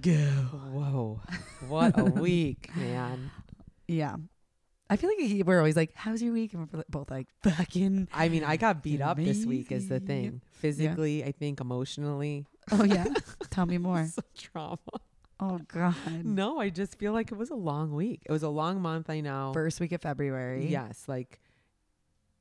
Go. Whoa. What a week, man. Yeah. I feel like he- we're always like, "How's your week?" And we're both like, "Fucking." I mean, I got beat up this week is the Amazing. thing. Physically, I think emotionally. Oh yeah. Tell me more. So trauma. Oh god. No, I just feel like it was a long week. It was a long month, I know. First week of February. Yes, like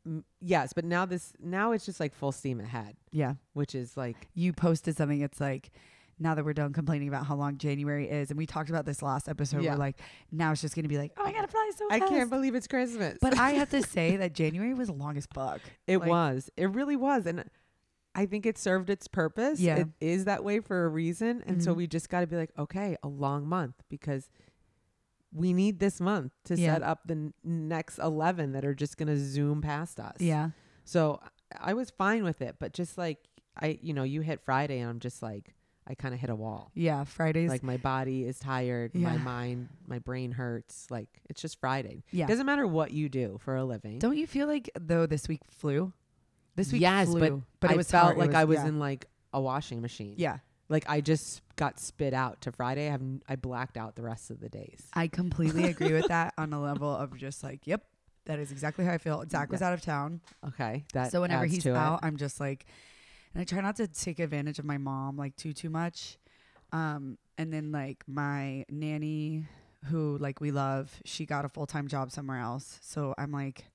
m- yes, but now this now it's just like full steam ahead, Yeah. which is like You posted something. It's like. Now that we're done complaining about how long January is, and we talked about this last episode, Yeah. we're like, now it's just gonna be like, oh, I gotta fly so I fast. can't believe it's Christmas. but I have to say that January was long as fuck. It Like- was. It really was. And I think it served its purpose. Yeah. It is that way for a reason. And so Mhm. we just got to be like, okay, a long month because we need this month to Yeah. set up the n- next 11 that are just going to zoom past us. Yeah. So I I was fine with it. But just like, I, you know, you hit Friday and I'm just like, I kind of hit a wall. Yeah. Fridays. Like my body is tired, my Yeah. mind, my brain hurts. Like it's just Friday. yeah. Doesn't matter what you do for a living. Don't you feel like though this week flew? This week Yes, but flew, but, it I was felt hard. It like I was yeah. in like a washing machine. Yeah, Like I just got spit out to Friday. I have n- I blacked out the rest of the days. I completely agree with that on a level of just like, yep, that is exactly how I feel. Zach was out of town, Okay, that so whenever adds he's to it. out, I'm just like, and I try not to take advantage of my mom like too too much. Um, and then like my nanny, who like we love, she got a full time job somewhere else, so I'm like.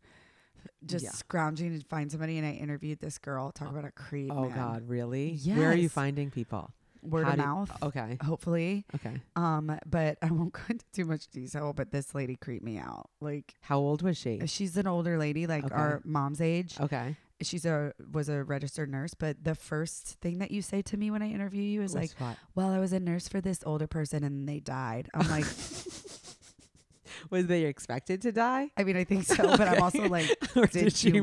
Just Yeah. scrounging to find somebody, and I interviewed this girl. Talk about a creep. oh man. God, really? Where are you Yes. finding people? Word How of do- mouth. Okay, Hopefully, okay. Um, but I won't go into too much detail. But this lady creeped me out. Like How old was she? she's an older lady, like Okay. Oh. our mom's age. Okay, She's a was a registered nurse. But the first thing that you say to me when I interview you is like, what? "Well, I was a nurse for this older person, and they died." I'm like, was they expected to die? I mean, I think so, but I'm also Okay. like, or "Did did, she you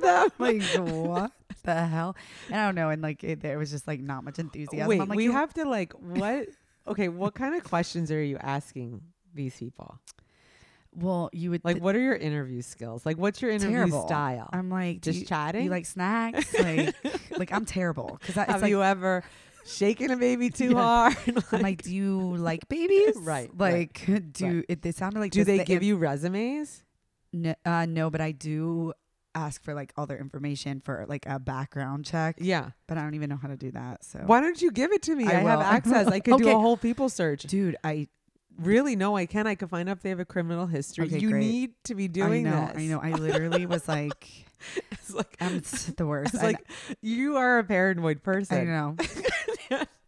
murder them? like what the hell? And I don't know. And like, it, there was just like not much enthusiasm. Wait, I'm like, we "You- have to like what? Okay, what kind of questions are you asking these people? well, you would Like, what are your interview skills? Like, what's your interview Terrible. style? I'm like, do Just you, chatting? you like snacks? Like, like I'm terrible because it's Have like you ever shaken a baby too Yeah. hard? I'm like, do you like babies? Right, right, Like, do it? They sounded like. do this- they the give ans- you resumes? No, uh, no, but I do ask for like all their information for like a background check. Yeah. But I don't even know how to do that. So, Why don't you give it to me? I I, have will. access. I could do a Okay. whole people search. dude, I Really? No, I can. I could find out if they have a criminal history. Okay, you great. need to be doing I know, this. I know. I literally was like, It's like, I'm s- the worst. it's I, like you are a paranoid person, I know,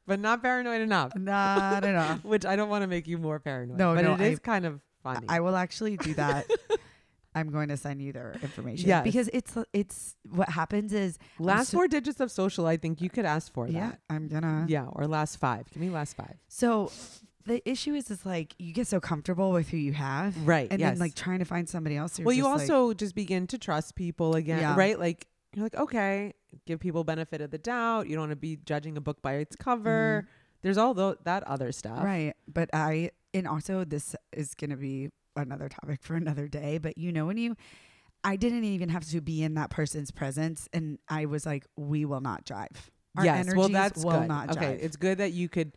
but not paranoid enough. not at all. Which I don't want to make you more paranoid. No, but no, it is I- kind of funny. I will actually do that. I'm going to send you their information. Yes. because it's it's what happens is last so- four digits of social, I think you could ask for yeah, that. I'm gonna Yeah, or last five. Give me last five. So the issue is, is like you get so comfortable with who you have, Right. and yes. then like trying to find somebody else. You're well you just, like- also just begin to trust people again Yeah. right like you're like okay give people benefit of the doubt you don't want to be judging a book by its cover there's all tho- that other stuff Mm-hmm. right? But I and also this is gonna be another topic for another day. But you know when you, I didn't even have to be in that person's presence, and I was like, we will not drive. Our yes energies well that's will good not okay jive. it's good that you could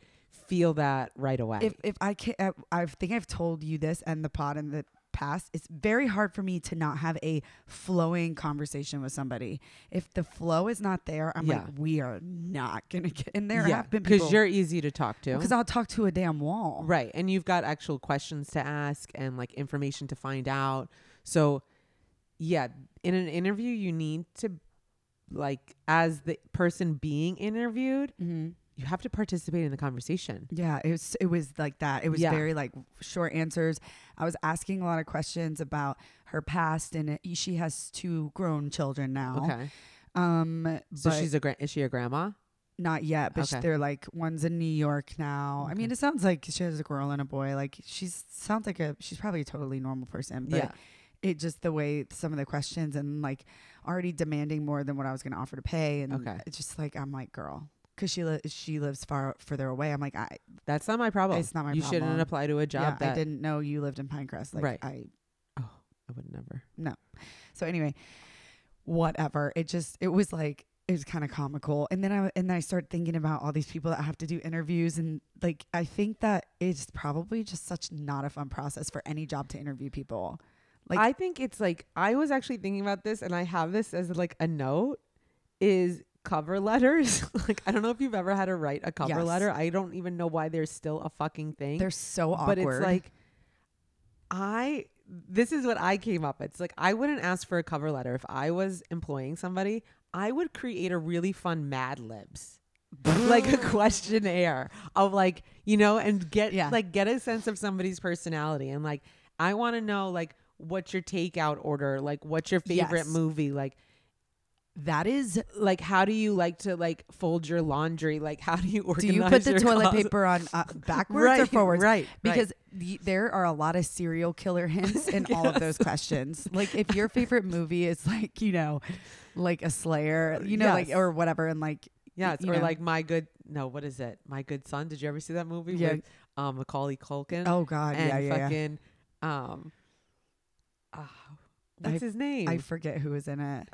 feel that right away if if I can, I, I think I've told you this and the pod in the past. It's very hard for me to not have a flowing conversation with somebody. If the flow is not there, I'm Yeah. like, we are not gonna get. And there yeah have been because people you're easy to talk to because I'll talk to a damn wall. right and you've got actual questions to ask and like information to find out so yeah in an interview you need to like as the person being interviewed Mm-hmm. you have to participate in the conversation Yeah, it was it was like that. It was Yeah. very like short answers. I was asking a lot of questions about her past, and it, she has two grown children now. Okay. Um, So but she's a gra- is she a grandma? Not yet, but sh Okay. they're like one's in New York now. I mean, Okay. it sounds like she has a girl and a boy. Like she's sounds like a she's probably a totally normal person, but it just the way some of the questions and like already demanding more than what I was going to offer to pay, and Okay. it's just like I'm like girl, because she li- she lives far further away. I'm like I That's not my problem. It's not my you shouldn't problem. apply to a yeah, job I that didn't know you lived in Pinecrest. Like Right. I I would never. so anyway, whatever. It just it was like it was kind of comical. And then I and then I start thinking about all these people that have to do interviews and like I think that it's probably just such not a fun process for any job to interview people. Like- I think it's like I was actually thinking about this, and I have this as like a note is cover letters. like I don't know if you've ever had to write a cover Yes. letter. I don't even know why there's still a fucking thing. They're so but awkward. it's like I this is what I came up with. It's like I wouldn't ask for a cover letter if I was employing somebody. I would create a really fun Mad Libs. like a questionnaire of like you know and get Yeah. like get a sense of somebody's personality and like I want to know like what's your takeout order like what's your favorite Yes. movie like that is like how do you like to like fold your laundry like how do you do organize you put the your toilet closet? paper on uh, backwards or Right, forwards? right Because the, there are a lot of serial killer hints in all of those questions. Like if your favorite movie is like, you know, like a Slayer, you know, like Yes. or whatever, and like Yes, you or know. like my good no, what is it? My good son. Did you ever see that movie Yeah. with um Macaulay Culkin oh god, and yeah, yeah, yeah. fucking um ah, what's his name? I forget who was in it.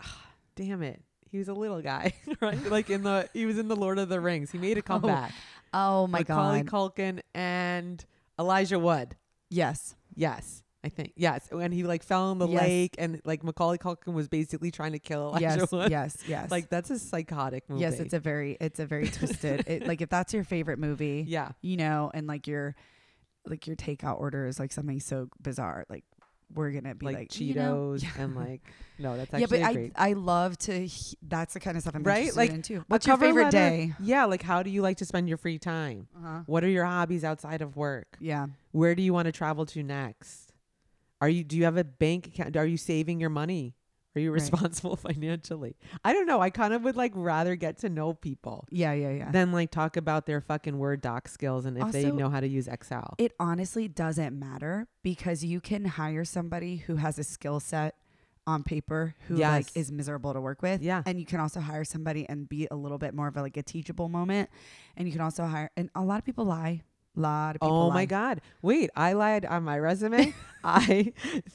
Damn it, he was a little guy, right? like in the he was in the Lord of the Rings. He made a comeback. Oh my Macaulay god, Culkin and Elijah Wood. yes, Yes. I think yes, and he like fell in the Yes. lake, and like Macaulay Culkin was basically trying to kill Elijah yes, Wood. yes, yes. Like that's a psychotic movie. yes, it's a very, it's a very twisted. It, like if that's your favorite movie, yeah. you know, and like your, like your takeout order is like something so bizarre, like we're gonna be like, like, Cheetos you know? and like no, that's yeah, actually but I great. I love to. He- that's the kind of stuff I'm Right? interested Like, in too. a What's your cover favorite letter- day? Yeah, like how do you like to spend your free time? Uh-huh. What are your hobbies outside of work? Yeah, Where do you want to travel to next? Are you do you have a bank account? Are you saving your money? Are you Right. responsible financially? I don't know. I kind of would like rather get to know people yeah, yeah, yeah. than like talk about their fucking Word doc skills and if they Also- know how to use Excel. it honestly doesn't matter because you can hire somebody who has a skill set on paper who like Yes. is miserable to work with. Yeah. And you can also hire somebody and be a little bit more of a, like a teachable moment. And you can also hire and a lot of people lie. A lot of people Oh lie. my god. Wait, I lied on my resume. I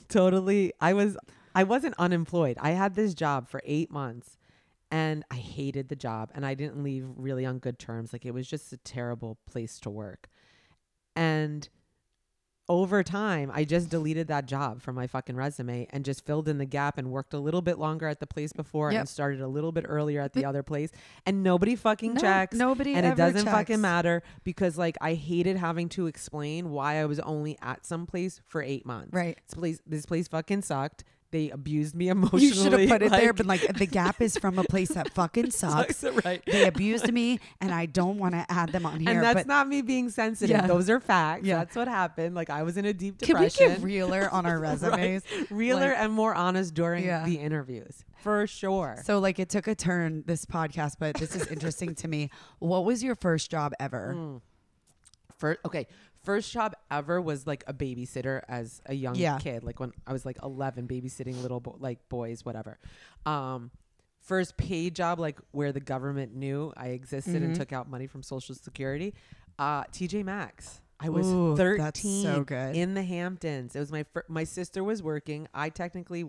totally I was I wasn't unemployed. I had this job for 8 months and I hated the job and I didn't leave really on good terms. Like it was just a terrible place to work. And over time, I just deleted that job from my fucking resume and just filled in the gap and worked a little bit longer at the place before Yep. and started a little bit earlier at the other place and nobody fucking No, checks Nobody and ever it doesn't checks. fucking matter because like I hated having to explain why I was only at some place for eight months. Right. This place, this place fucking sucked. They abused me emotionally. You should have put it there, like- but like the gap is from a place that fucking sucks. right. They abused me, and I don't want to add them on here. and that's but not me being sensitive. Yeah. Those are facts. Yeah. That's what happened. Like I was in a deep can we depression. get realer on our Right. resumes? realer like- and more honest during Yeah. the interviews for sure. So like it took a turn this podcast, but this is interesting to me. What was your first job ever? Mm. first okay first job ever was like a babysitter as a young Yeah. kid like when i was like 11 babysitting little bo- like boys whatever um first paid job like where the government knew i existed Mm-hmm. and took out money from social security uh tj maxx i was Ooh, 13 that's so good. in the hamptons it was my fir- my sister was working i technically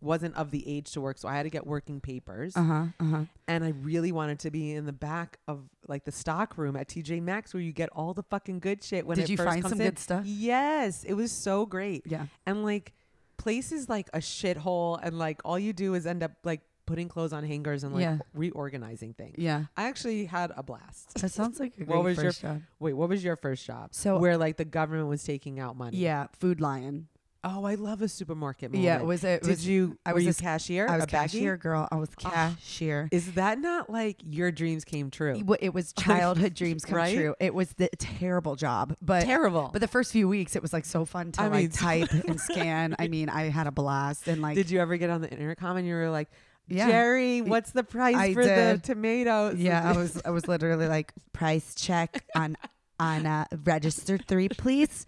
wasn't of the age to work so i had to get working papers huh. Uh huh. and I really wanted to be in the back of like the stock room at TJ Maxx where you get all the fucking good shit when Did it you first find comes some in. good stuff? Yes, it was so great. Yeah. And like places like a shithole and like all you do is end up like putting clothes on hangers and like Yeah. reorganizing things. Yeah. I actually had a blast. That sounds like a great What was your first job. Wait, what was your first job? So- where like the government was taking out money. Yeah, Food Lion. Oh, I love a supermarket moment. Yeah, it was a. It Did was, you? I were was you a s- cashier? I was a baggie? cashier girl. I was Ah. cashier. Is that not like your dreams came true? It, wa- it was childhood dreams come Right? true. It was the terrible job, but Terrible. But the first few weeks, it was like so fun to I mean, like type and scan. I mean, I had a blast and like did you ever get on the intercom and you were like, Yeah. Jerry, what's the price I for the did. tomatoes? Yeah, I was I was literally like price check on on uh, register three, please.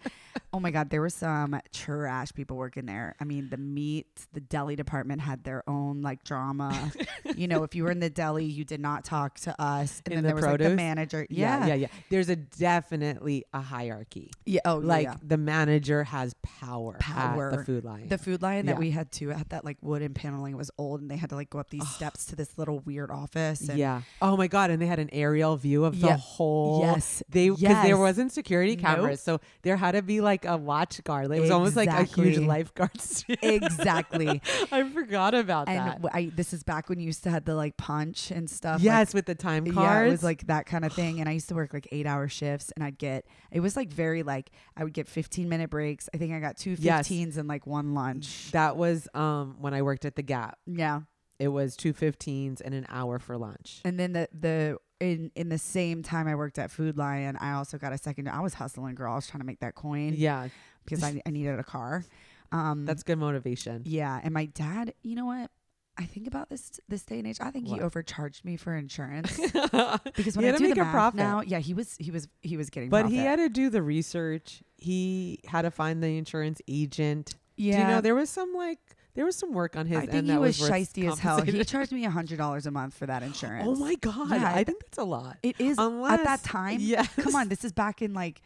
Oh my God, there were some trash people working there. I mean, the meat, the deli department had their own like drama. you know, if you were in the deli, you did not talk to us. And In then the there was like the produce? manager. yeah, Yeah. yeah, yeah. There's a definitely a hierarchy. Yeah, Oh, Like like the manager has power, at Power. the food line. the food line that Yeah. we had too, it had that like wooden paneling was old, and they had to like go up these steps to this little weird office. And yeah. Oh my god, and they had an aerial view of the Yeah. whole Yes. They because Yes. there wasn't security Nope. cameras, so there had to be like a watch guard. It was almost like a huge Exactly. lifeguard. suit. Exactly. I forgot about that. and w- I, this is back when you used to had the like punch and stuff. like, yes, with the time cards. Yeah, it was like that kind of thing. And I used to work like eight hour shifts and I'd get, it was like very like, I would get 15 minute breaks. I think I got two Yes. 15s and like one lunch. that was um when I worked at the Gap. yeah. It was two fifteens and an hour for lunch. And then the, the, in, in the same time I worked at Food Lion, I also got a second. I was hustling, girl. I was trying to make that coin Yeah, because I, I needed a car. Um, that's good motivation. yeah. And my dad, you know what? I think about this this day and age. I think What? he overcharged me for insurance but because when He I had to do make the a math profit. now, yeah, he was he was he was getting. he profit. had to do the research. He had to find the insurance agent. yeah. Do you know there was some like there was some work on his I end think he that was, was worth shisty as hell. He compensation. charged me a hundred dollars a month for that insurance. Oh my um, god! Yeah, I think that's a lot. It is Unless at that time. yes. Come on, this is back in like,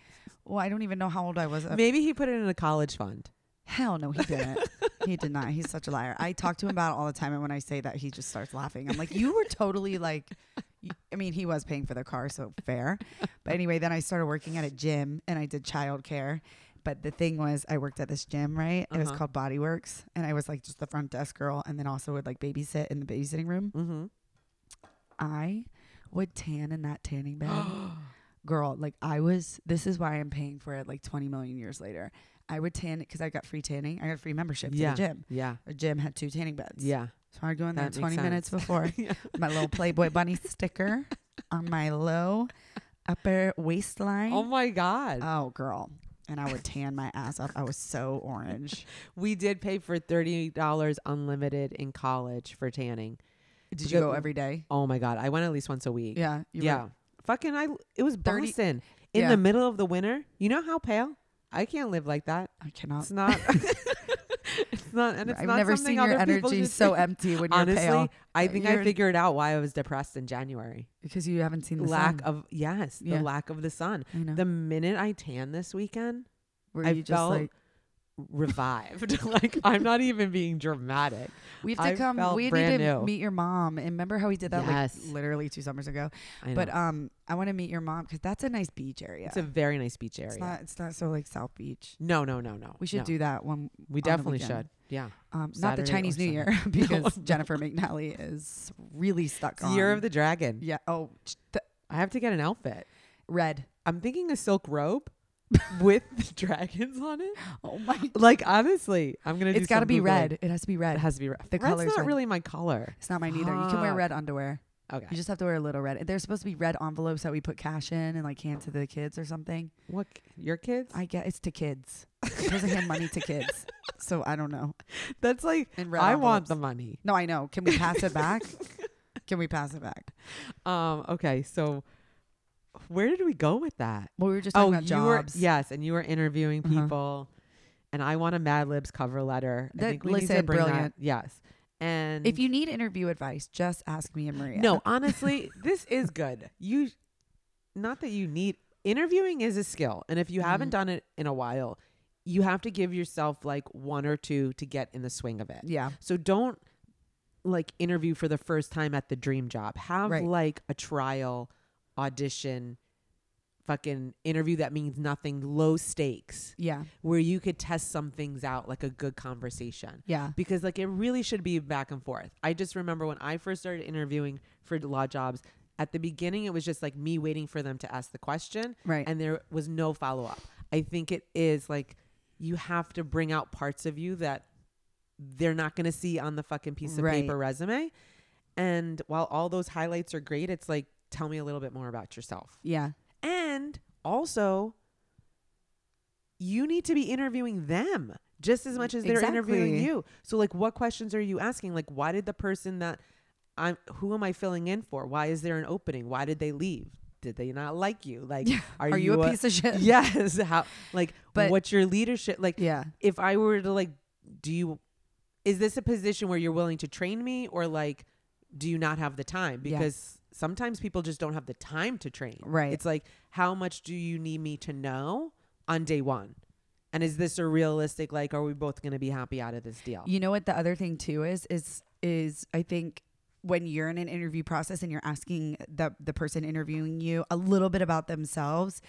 well, I don't even know how old I was. Uh, Maybe he put it in a college fund. Hell no, he didn't. he did not. He's such a liar. I talk to him about it all the time, and when I say that, he just starts laughing. I'm like, you were totally like, y- I mean, he was paying for the car, so fair. But anyway, then I started working at a gym, and I did childcare. But the thing was, I worked at this gym, right? It was Uh-huh. called Body Works, and I was like just the front desk girl, and then also would like babysit in the babysitting room. Mm-hmm. I would tan in that tanning bed. Mm-hmm. Girl, like I was, this is why I'm paying for it like 20 million years later. I would tan because I got free tanning. I got free membership Yeah. to the gym. yeah, The gym had two tanning beds. yeah. Oh So I'd go in there That makes 20 minutes before. Yeah. my little Playboy bunny sticker on my low upper waistline. Oh my god! oh, girl. And I would tan my ass off. I was so orange. we did pay for thirty dollars unlimited in college for tanning. Did you go every day? Oh my god! I went at least once a week. Yeah. you were- yeah. Fucking I. It was 30 Boston in Yeah. the middle of the winter. You know how pale? I can't live like that. I cannot. It's not. it's not, and it's Uh. I've not never something seen your other people energy should so do. empty when you're Honestly, pale. I think You're- I figured out why I was depressed in January. Because you haven't seen the lack sun. of yes, Yeah. the lack of the sun. I know. The minute I tan this weekend, Were I you just felt- like revived. like I'm not even being dramatic. we have to I come? felt We need brand to new. meet your mom. And remember how we did that Yes. like literally two summers ago. I know. But um, I want to meet your mom because that's a nice beach area. it's a very nice beach It's area. not. It's not so like South Beach. no, no, no, no. We should no. do that one. We the definitely weekend. should. Yeah. Um, not the Saturday or Chinese New Sunday. Year because Jennifer McNally is really stuck It's on Year of the Dragon. yeah. Oh, ch- the I have to get an outfit. red. I'm thinking a silk robe with the dragons on it. Oh my. Like honestly, I'm gonna. It's got to be red. It has to be It red. has to be red. The Red's color's not red. really my color. It's not mine either. You can wear Fuck. red underwear. Okay. You just have to wear a little red. There's supposed to be red envelopes that we put cash in and like hand to the kids or something. what your kids? I get it's to kids. You're supposed to hand money to kids. So I don't know. That's like And red I envelopes. want the money. No, I know. Can we pass it back? Can we pass it back? Um. Okay. So where did we go with that? Well, we were just talking about Oh, you jobs. were yes, and you were interviewing Uh-huh. people, and I want a Mad Libs cover letter. I That- think we need to listen, bring that- brilliant. Yes. And If you need interview advice, just ask me and Maria. Mm. no, honestly, this is good. You, not that you need interviewing is a skill, and if you haven't Mhm. done it in a while, you have to give yourself like one or two to get in the swing of it. Yeah. So don't like interview for the first time at the dream job. Have Right. like a trial audition fucking interview that means nothing, low stakes, Yeah. where you could test some things out like a good conversation. Yeah. Because like it really should be back and forth. I just remember when I first started interviewing for law jobs, at the beginning it was just like me waiting for them to ask the question Right. and there was no follow up. I think it is like you have to bring out parts of you that they're not going to see on the fucking piece of Right. paper resume. And while all those highlights are great, it's like tell me a little bit more about yourself. yeah. And also you need to be interviewing them just as much as they're interviewing Exactly. you. So like what questions are you asking? Like why did the person that I'm who am I filling in for? Why is there an opening? Why did they leave? did they not like you? Like, Yeah. are, Are you a piece of shit? Yes. How? Like, But- what's your leadership? Like, Yeah. if I were to like, do you? Is this a position where you're willing to train me, or like, do you not have the time? Yeah. Because sometimes people just don't have the time to train. Right. It's like, how much do you need me to know on day one? And is this a realistic? Like, are we both going to be happy out of this deal? You know what the other thing too is is is I think when you're in an interview process and you're asking the the person interviewing you a little bit about themselves,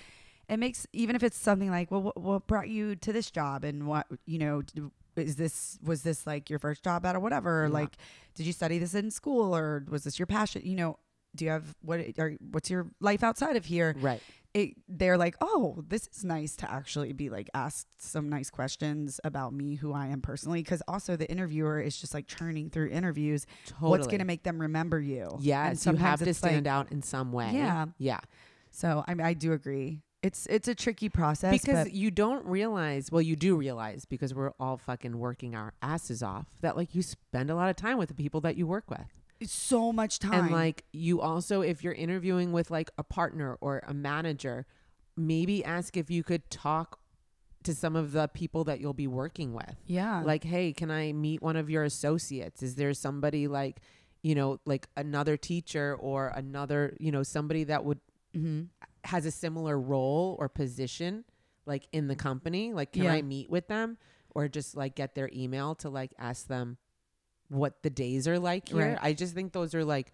it makes even if it's something like, well, what, what brought you to this job and what you know. d- Is this was this like your first job out or whatever? Or Yeah. Like, did you study this in school or was this your passion? You know, do you have what? Or what's your life outside of here? Right. it they're like, oh, this is nice to actually be like asked some nice questions about me, who I am personally, because also the interviewer is just like churning through interviews. Totally. What's gonna make them remember you? Yes, you have to stand out in some way. Yeah. Yeah. So I mean, I do agree. It's it's a tricky process because but- you don't realize, well, you do realize because we're all fucking working our asses off that like you spend a lot of time with the people that you work with. it's so much time. And like you also, if you're interviewing with like a partner or a manager, maybe ask if you could talk to some of the people that you'll be working with. yeah, Like, hey, can I meet one of your associates? Is there somebody like, you know, like another teacher or another, you know, somebody that would hmm has a similar role or position like in the company like can Yeah. i meet with them or just like get their email to like ask them what the days are like here Right. i just think those are like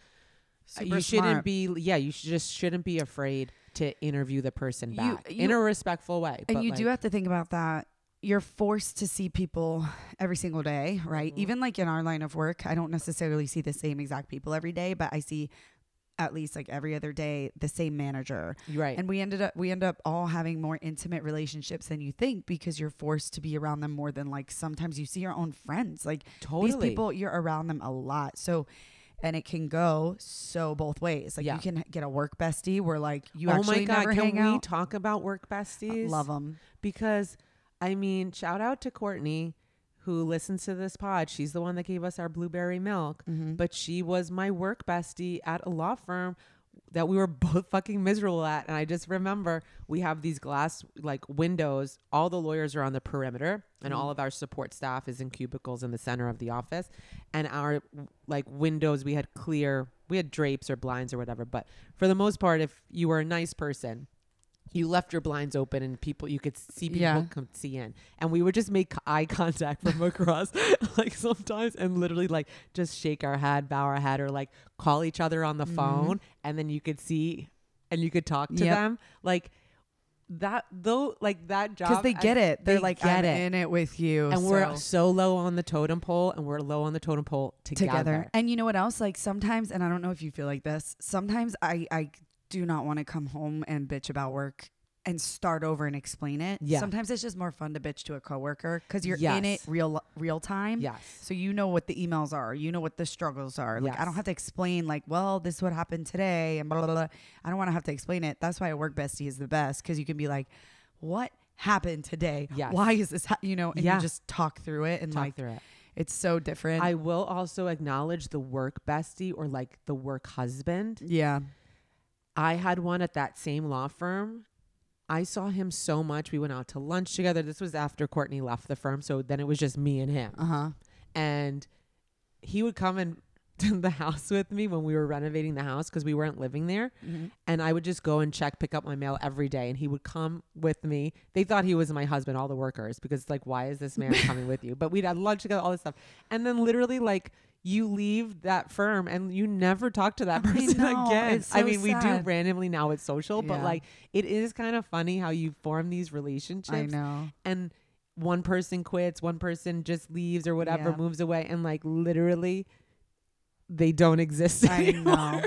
Super you shouldn't smart. be yeah you should just shouldn't be afraid to interview the person You- back in you- a respectful way And but, you do like, have to think about that. You're forced to see people every single day, right? Mhm. Even like in our line of work, I don't necessarily see the same exact people every day, but I see at least like every other day the same manager. right And we ended up we end up all having more intimate relationships than you think because you're forced to be around them more than like sometimes you see your own friends. Like totally these people you're around them a lot. So and it can go so both ways. Like Yeah. you can get a work bestie where like you oh actually my god never can hang we out. talk about work besties Love them. because I mean, shout out to Courtney who listens to this pod. She's the one that gave us our blueberry milk, but she was my work bestie at a law firm that we were both fucking miserable at. And I just remember we have these glass like windows. All the lawyers are on the perimeter, and Mm. all of our support staff is in cubicles in the center of the office. And our like windows, we had clear, we had drapes or blinds or whatever. But for the most part, if you were a nice person, you left your blinds open and people you could see people Yeah. come see in and we would just make eye contact from across like sometimes and literally like just shake our head bow our head or like call each other on the phone and then you could see and you could talk to Mm-hmm. Yep. them like that though like that job because they get and- it. They're they like, I'm get it in it with you, and we're so- so low on the totem pole and we're low on the totem pole together, together. And you know what else? Like sometimes, and I don't know if you feel like this. Sometimes I I do not want to come home and bitch about work and start over and explain it. Yeah. Sometimes it's just more fun to bitch to a coworker because you're in it Yes. real real time. yes So you know what the emails are, you know what the struggles are. Like I don't Yes. have to explain like, well, this is what happened today and blah blah blah. I don't want to have to explain it. That's why a work bestie is the best because you can be like, what happened today? Yes. Why is this? Ha-? You know, and Yeah. you just talk through it and talk like through it it's so different. I will also acknowledge the work bestie or like the work husband. yeah. I had one at that same law firm. I saw him so much. We went out to lunch together. This was after Courtney left the firm. So then it was just me and him. Uh huh. And he would come in to the house with me when we were renovating the house because we weren't living there. Mm-hmm. And I would just go and check, pick up my mail every day. And he would come with me. They thought he was my husband, all the workers, because it's like, why is this man coming with you? But we'd had lunch together, all this stuff. And then literally, like, you leave that firm and you never talk to that I person know, again. it's I so mean, we sad. do randomly now it's social, but Yeah. like, it is kind of funny how you form these I relationships know. and one person quits, one person just leaves or whatever, Yeah. moves away, and like literally they don't exist I anymore. know.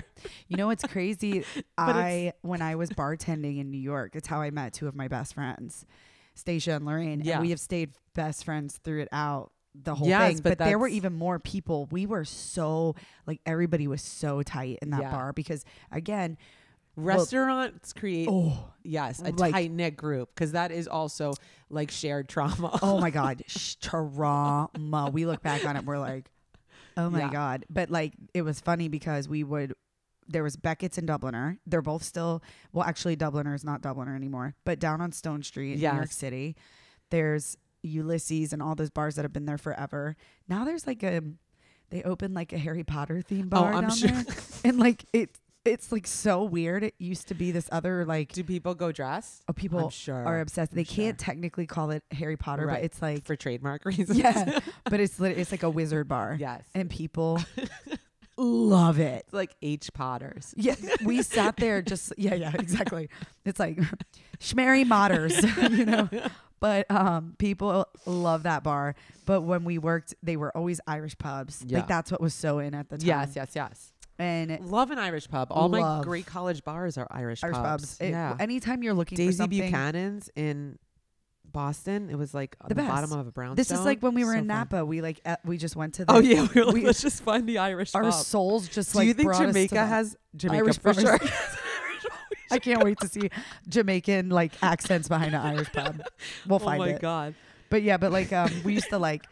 You know what's crazy? But I when I was bartending in New York, it's how I met two of my best friends, Stacia and Lorraine. Yeah. And we have stayed best friends throughout the whole Yes, thing. but But, there were that's- even more people. We were so like everybody was so tight in that Yeah. bar because again, Restaurants create oh yes a like- tight knit group because that is also like shared trauma. oh my god, sh- trauma. We look back on it, we're like, oh my Yeah. god. But like, it was funny because we would there was Beckett's and Dubliner. They're both still well, actually Dubliner is not Dubliner anymore, but down on Stone Street in New York Yes. City, there's Ulysses and all those bars that have been there forever. Now there's like a they opened like a Harry Potter theme bar Oh, I'm down sure. there, and like it it's like so weird. It used to be this other like Do people go dressed? oh, people I'm sure. are obsessed. They I'm sure. can't technically call it Harry Potter, Right. but it's like for trademark reasons. yeah, but it's lit- it's like a wizard bar, yes. and people love it. It's like H Potters. Yeah, we sat there just yeah, yeah, exactly. It's like schmary modders, you know. But um people love that bar. But when we worked, they were always Irish pubs. Yeah. Like that's what was so in at the time. Yes, yes, yes. And Irish Love an Irish pub. All my Love. great college bars are Irish, pubs. It- yeah. Anytime you're looking for Daisy something. Buchanan's in Boston. It was like on The the, bottom best. of a brownstone. This is like when we were So in fun. Napa. We like uh, we just went to the Oh yeah, we were like, we- let's just find the Irish our pub. souls just Do like you think brought us to Jamaica that. has Jamaica Irish for bars. sure? I can't wait to see Jamaican like accents behind an Irish pub. We'll oh find my it. god. But yeah, but like um, we used to like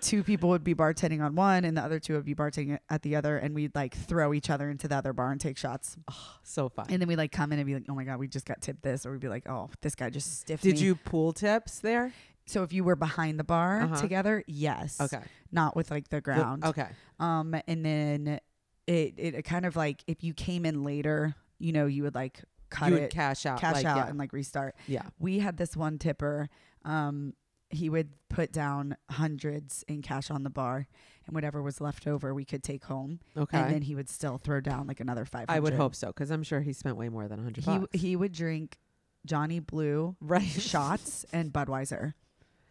two people would be bartending on one, and the other two would be bartending at the other, and we'd like throw each other into the other bar and take shots, So fun. and then we'd like come in and be like, oh my god, we just got tipped this, or we'd be like, oh, this guy just stiffed Did me. you pool tips there? So if you were behind the bar Uh-huh. together, yes, Okay. not with like the The- ground, Okay. um, and then it it kind of like if you came in later, you know, you would like cut you would it, cash out. cash like, out, yeah, and like restart. Yeah. we had this one tipper um he would put down hundreds in cash on the bar and whatever was left over we could take home Okay. and then he would still throw down like another 500 I would hope so because I'm sure he spent way more than 100 he bucks. he would drink Johnny Blue right. shots and Budweiser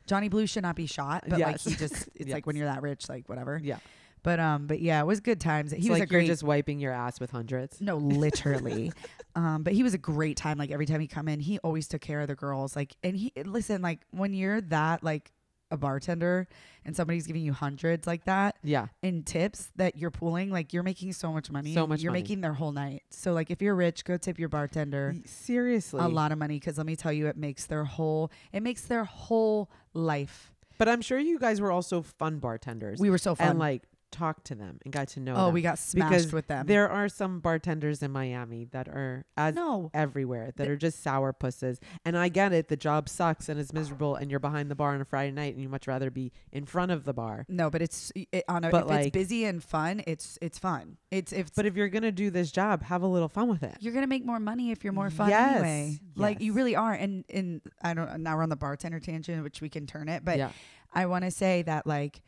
Johnny Blue should not be shot but like Yes. he just it's like when Yes. you're that rich like whatever Yeah. but um but yeah it was good times he It's was like a great you're just wiping your ass with hundreds. No, literally. um, but he was a great time. Like every time he come in, he always took care of the girls. Like, and he listen. Like when you're that like a bartender and somebody's giving you hundreds like that Yeah. in tips that you're pooling, like you're making so much money. So and much You're money. making their whole night. So like if you're rich, go tip your bartender Y- Seriously. a lot of money because let me tell you, it makes their whole it makes their whole life. But I'm sure you guys were also fun bartenders We were so fun. and like talked to them and got to know oh, them. we got smashed Because with them. There are some bartenders in Miami that are as no, everywhere that are just sour pusses. And I get it. The job sucks and it's miserable and you're behind the bar on a Friday night and you much rather be in front of the bar. no, but it's it, on a, But, if like- it's busy and fun, it's it's fun. It's if But if you're going to do this job, have a little fun with it. you're gonna make more money if you're more fun Yes, anyway. Like you yes. really are. And and I don't now we're on the bartender tangent, which we can turn it. But yeah. I want to say that like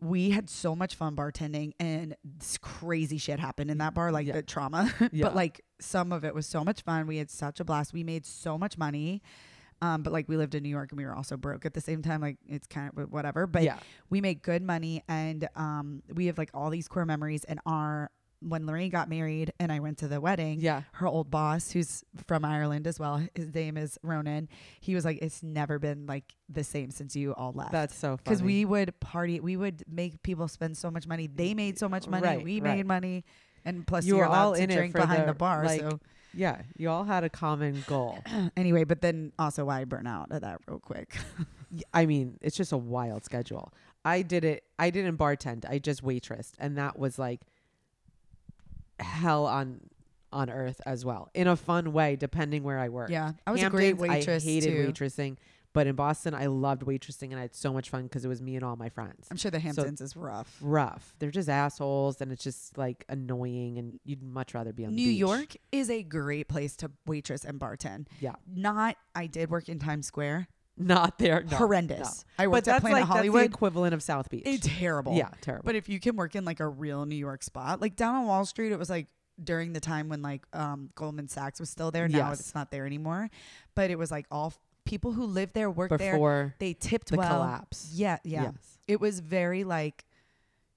we had so much fun bartending, and this crazy shit happened in that bar, like Yeah. the trauma. Yeah. but like some of it was so much fun. We had such a blast. We made so much money. Um, but like we lived in New York and we were also broke at the same time. Like it's kind of whatever. But yeah. we make good money and um, we have like all these core memories. And our when Lorraine got married and I went to the wedding, Yeah. her old boss, who's from Ireland as well, his name is Ronan. He was like, "It's never been like the same since you all left." That's so funny. because we would party, we would make people spend so much money. They made so much money, Right, we right. made money, and plus You you're were all allowed to in it drink for behind the, the bar. like- so Yeah, you all had a common goal. anyway, but then also why I burn out of that real quick. Y- I mean, it's just a wild schedule. I did it. I didn't bartend. I just waitressed, and that was like hell on on earth as well, in a fun way, depending where I worked. yeah, I was a great Hamptons, waitress I hated too. waitressing, but in Boston, I loved waitressing, and I had so much fun because it was me and all my friends. I'm sure the Hamptons is rough. Rough. They're just assholes, and it's just like annoying. And you'd much rather be on the New beach. York is a great place to waitress and bartend. Yeah. Not I did work in Times Square. not there. No, Horrendous. I No. worked But at that's Planet like that's Hollywood. the equivalent of South Beach. It's terrible. yeah, terrible. But if you can work in like a real New York spot, like down on Wall Street, it was like during the time when like um, Goldman Sachs was still there. Now Yes. it's not there anymore. But it was like all f- people who lived there worked there. before They tipped the well. collapse. Yeah, yeah, Yes. It was very like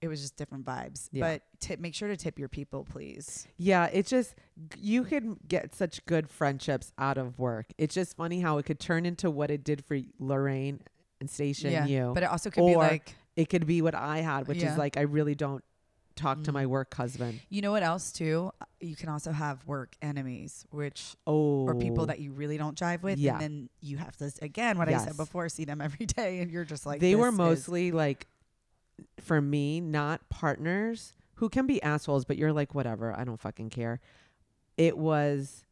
it was just different vibes. Yeah. But tip, make sure to tip your people, please. Yeah, it's just you can get such good friendships out of work. It's just funny how it could turn into what it did for Lorraine and Station you. But it also could be Or- like it could be what I had, which Yeah. is like I really don't talk to Mm. my work husband. You know what else too? You can also have work enemies, which Oh, or people that you really don't jive with, Yeah. and then you have to again what I Yes. said before, see them every day, and you're just like they were this is- mostly like for me not partners who can be assholes, but you're like, whatever, I don't fucking care. It was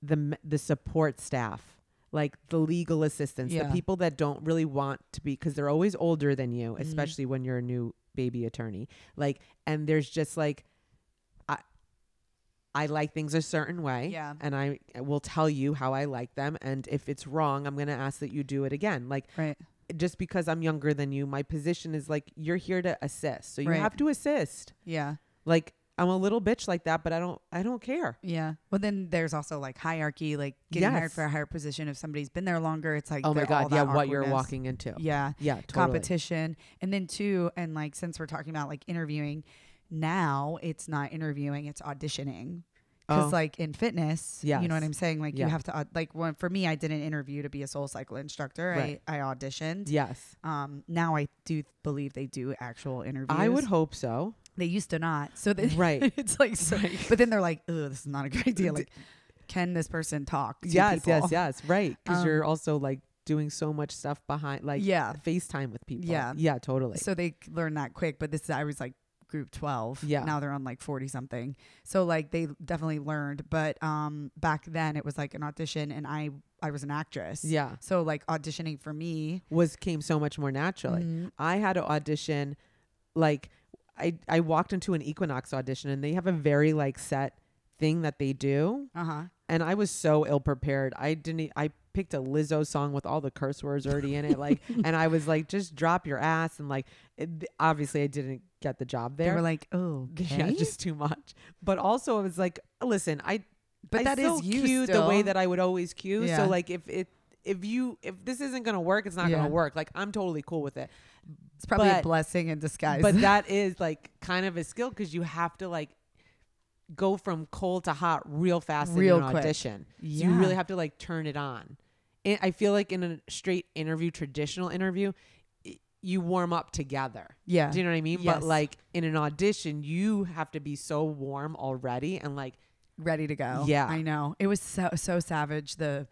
the m- the support staff, like the legal assistants, Yeah. the people that don't really want to be because they're always older than you, Mhm. especially when you're a new baby attorney. Like, and there's just like, I I like things a certain way, Yeah. and I will tell you how I like them, and if it's wrong, I'm gonna ask that you do it again, like Right. just because I'm younger than you, my position is like you're here to assist. So you Right. have to assist. Yeah. Like I'm a little bitch like that, but I don't I don't care. Yeah. Well, then there's also like hierarchy, like getting hired Yes. for a higher position. If somebody's been there longer, it's like oh my the- all god, yeah, that what you're awkwardness. walking into. Yeah, Yeah. totally. competition. And then two, and like since we're talking about like interviewing, now it's not interviewing, it's auditioning. Because Oh. like in fitness, you know what Yes. I'm saying. Like Yeah. you have to au- like when for me, I did an interview to be a soul cycle instructor. Right. I I auditioned. Yes. Um, now I do believe they do actual interviews. I would hope so. They used to not. So they, Right. it's like so, but then they're like, oh, this is not a good idea. Like, can this person talk? To yes, people? yes, yes. Right. Because Um, you're also like doing so much stuff behind like Yeah. FaceTime with people. Yeah. Yeah, totally. so they c- learn that quick but this is i was like group 12 Yeah. now they're on like 40 something so like they definitely learned but um back then it was like an audition and i i was an actress yeah. so like auditioning for me Was came so much more naturally. Mhm. I had to audition like I I walked into an Equinox audition and they have a very like set thing that they do uh-huh and I was so ill prepared. I didn't e- I picked a Lizzo song with all the curse words already in it like and I was like just drop your ass and like it, th- obviously I didn't get the job they there. were like oh yeah, just too much. But also it was like listen, I but I that is still you cue the still. way that I would always cue. Yeah. So like if it if you if this isn't going to work, it's not Yeah. going to work. Like I'm totally cool with it it's probably a but- blessing in disguise but that is like kind of a skill because you have to like go from cold to hot real fast Real in an quick. audition. So Yeah. you really have to like turn it on. And I feel like in a straight interview, traditional interview, i- you warm up together. yeah Do you know what I mean? Yes. But like in an audition, you have to be so warm already and like ready to go. Yeah. I know. It was so so savage the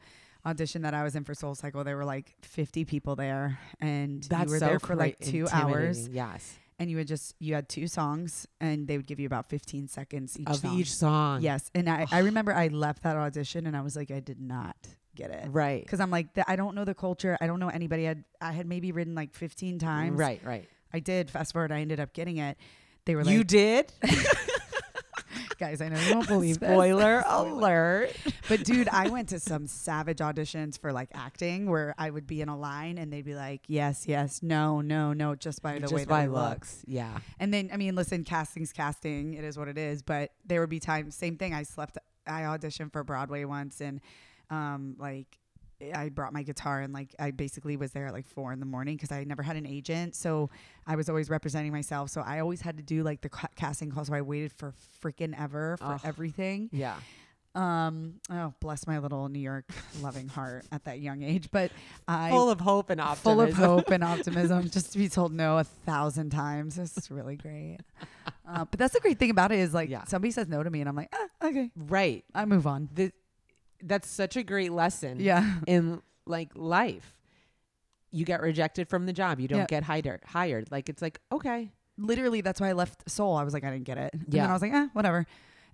audition that I was in for Soul Cycle. There were like 50 people there and that's you were so there for like cra- 2 hours intimidating. Yes, and you would just you had two songs and they would give you about 15 seconds each of song. each song. Yes, and I I remember I left that audition and I was like I did not get it. right, Cuz I'm like "Th- I don't know the culture. I don't know anybody. I'd, I had maybe written like 15 times. right, right. I did. Fast forward I ended up getting it. They were like, you did. guys, I know you won't believe this. Spoiler alert. But dude, I went to some savage auditions for like acting where I would be in a line and they'd be like, yes, yes, no, no, no, just by the Just way by that we look. looks. Yeah. And then I mean, listen, casting's casting. It is what it is. But there would be times. Same thing. I slept. I auditioned for Broadway once, and um, like I brought my guitar, and like I basically was there at like four in the morning because I never had an agent, so I was always representing myself. So I always had to do like the ca- casting call. So I waited for freaking ever for Ugh. everything. Yeah. Um, oh, bless my little New York loving heart at that young age. But I full of hope and optimism. full of hope and optimism just to be told no a thousand times. This is really great. Uh, but that's the great thing about it is like Yeah. somebody says no to me and I'm like, ah, okay, Right. I move on. Th- that's such a great lesson Yeah. in like life. You get rejected from the job. You don't Yeah. get hired. Hired. Like it's like okay. Literally, that's why I left Soul. I was like, I didn't get it. And Yeah. then I was like, eh, whatever.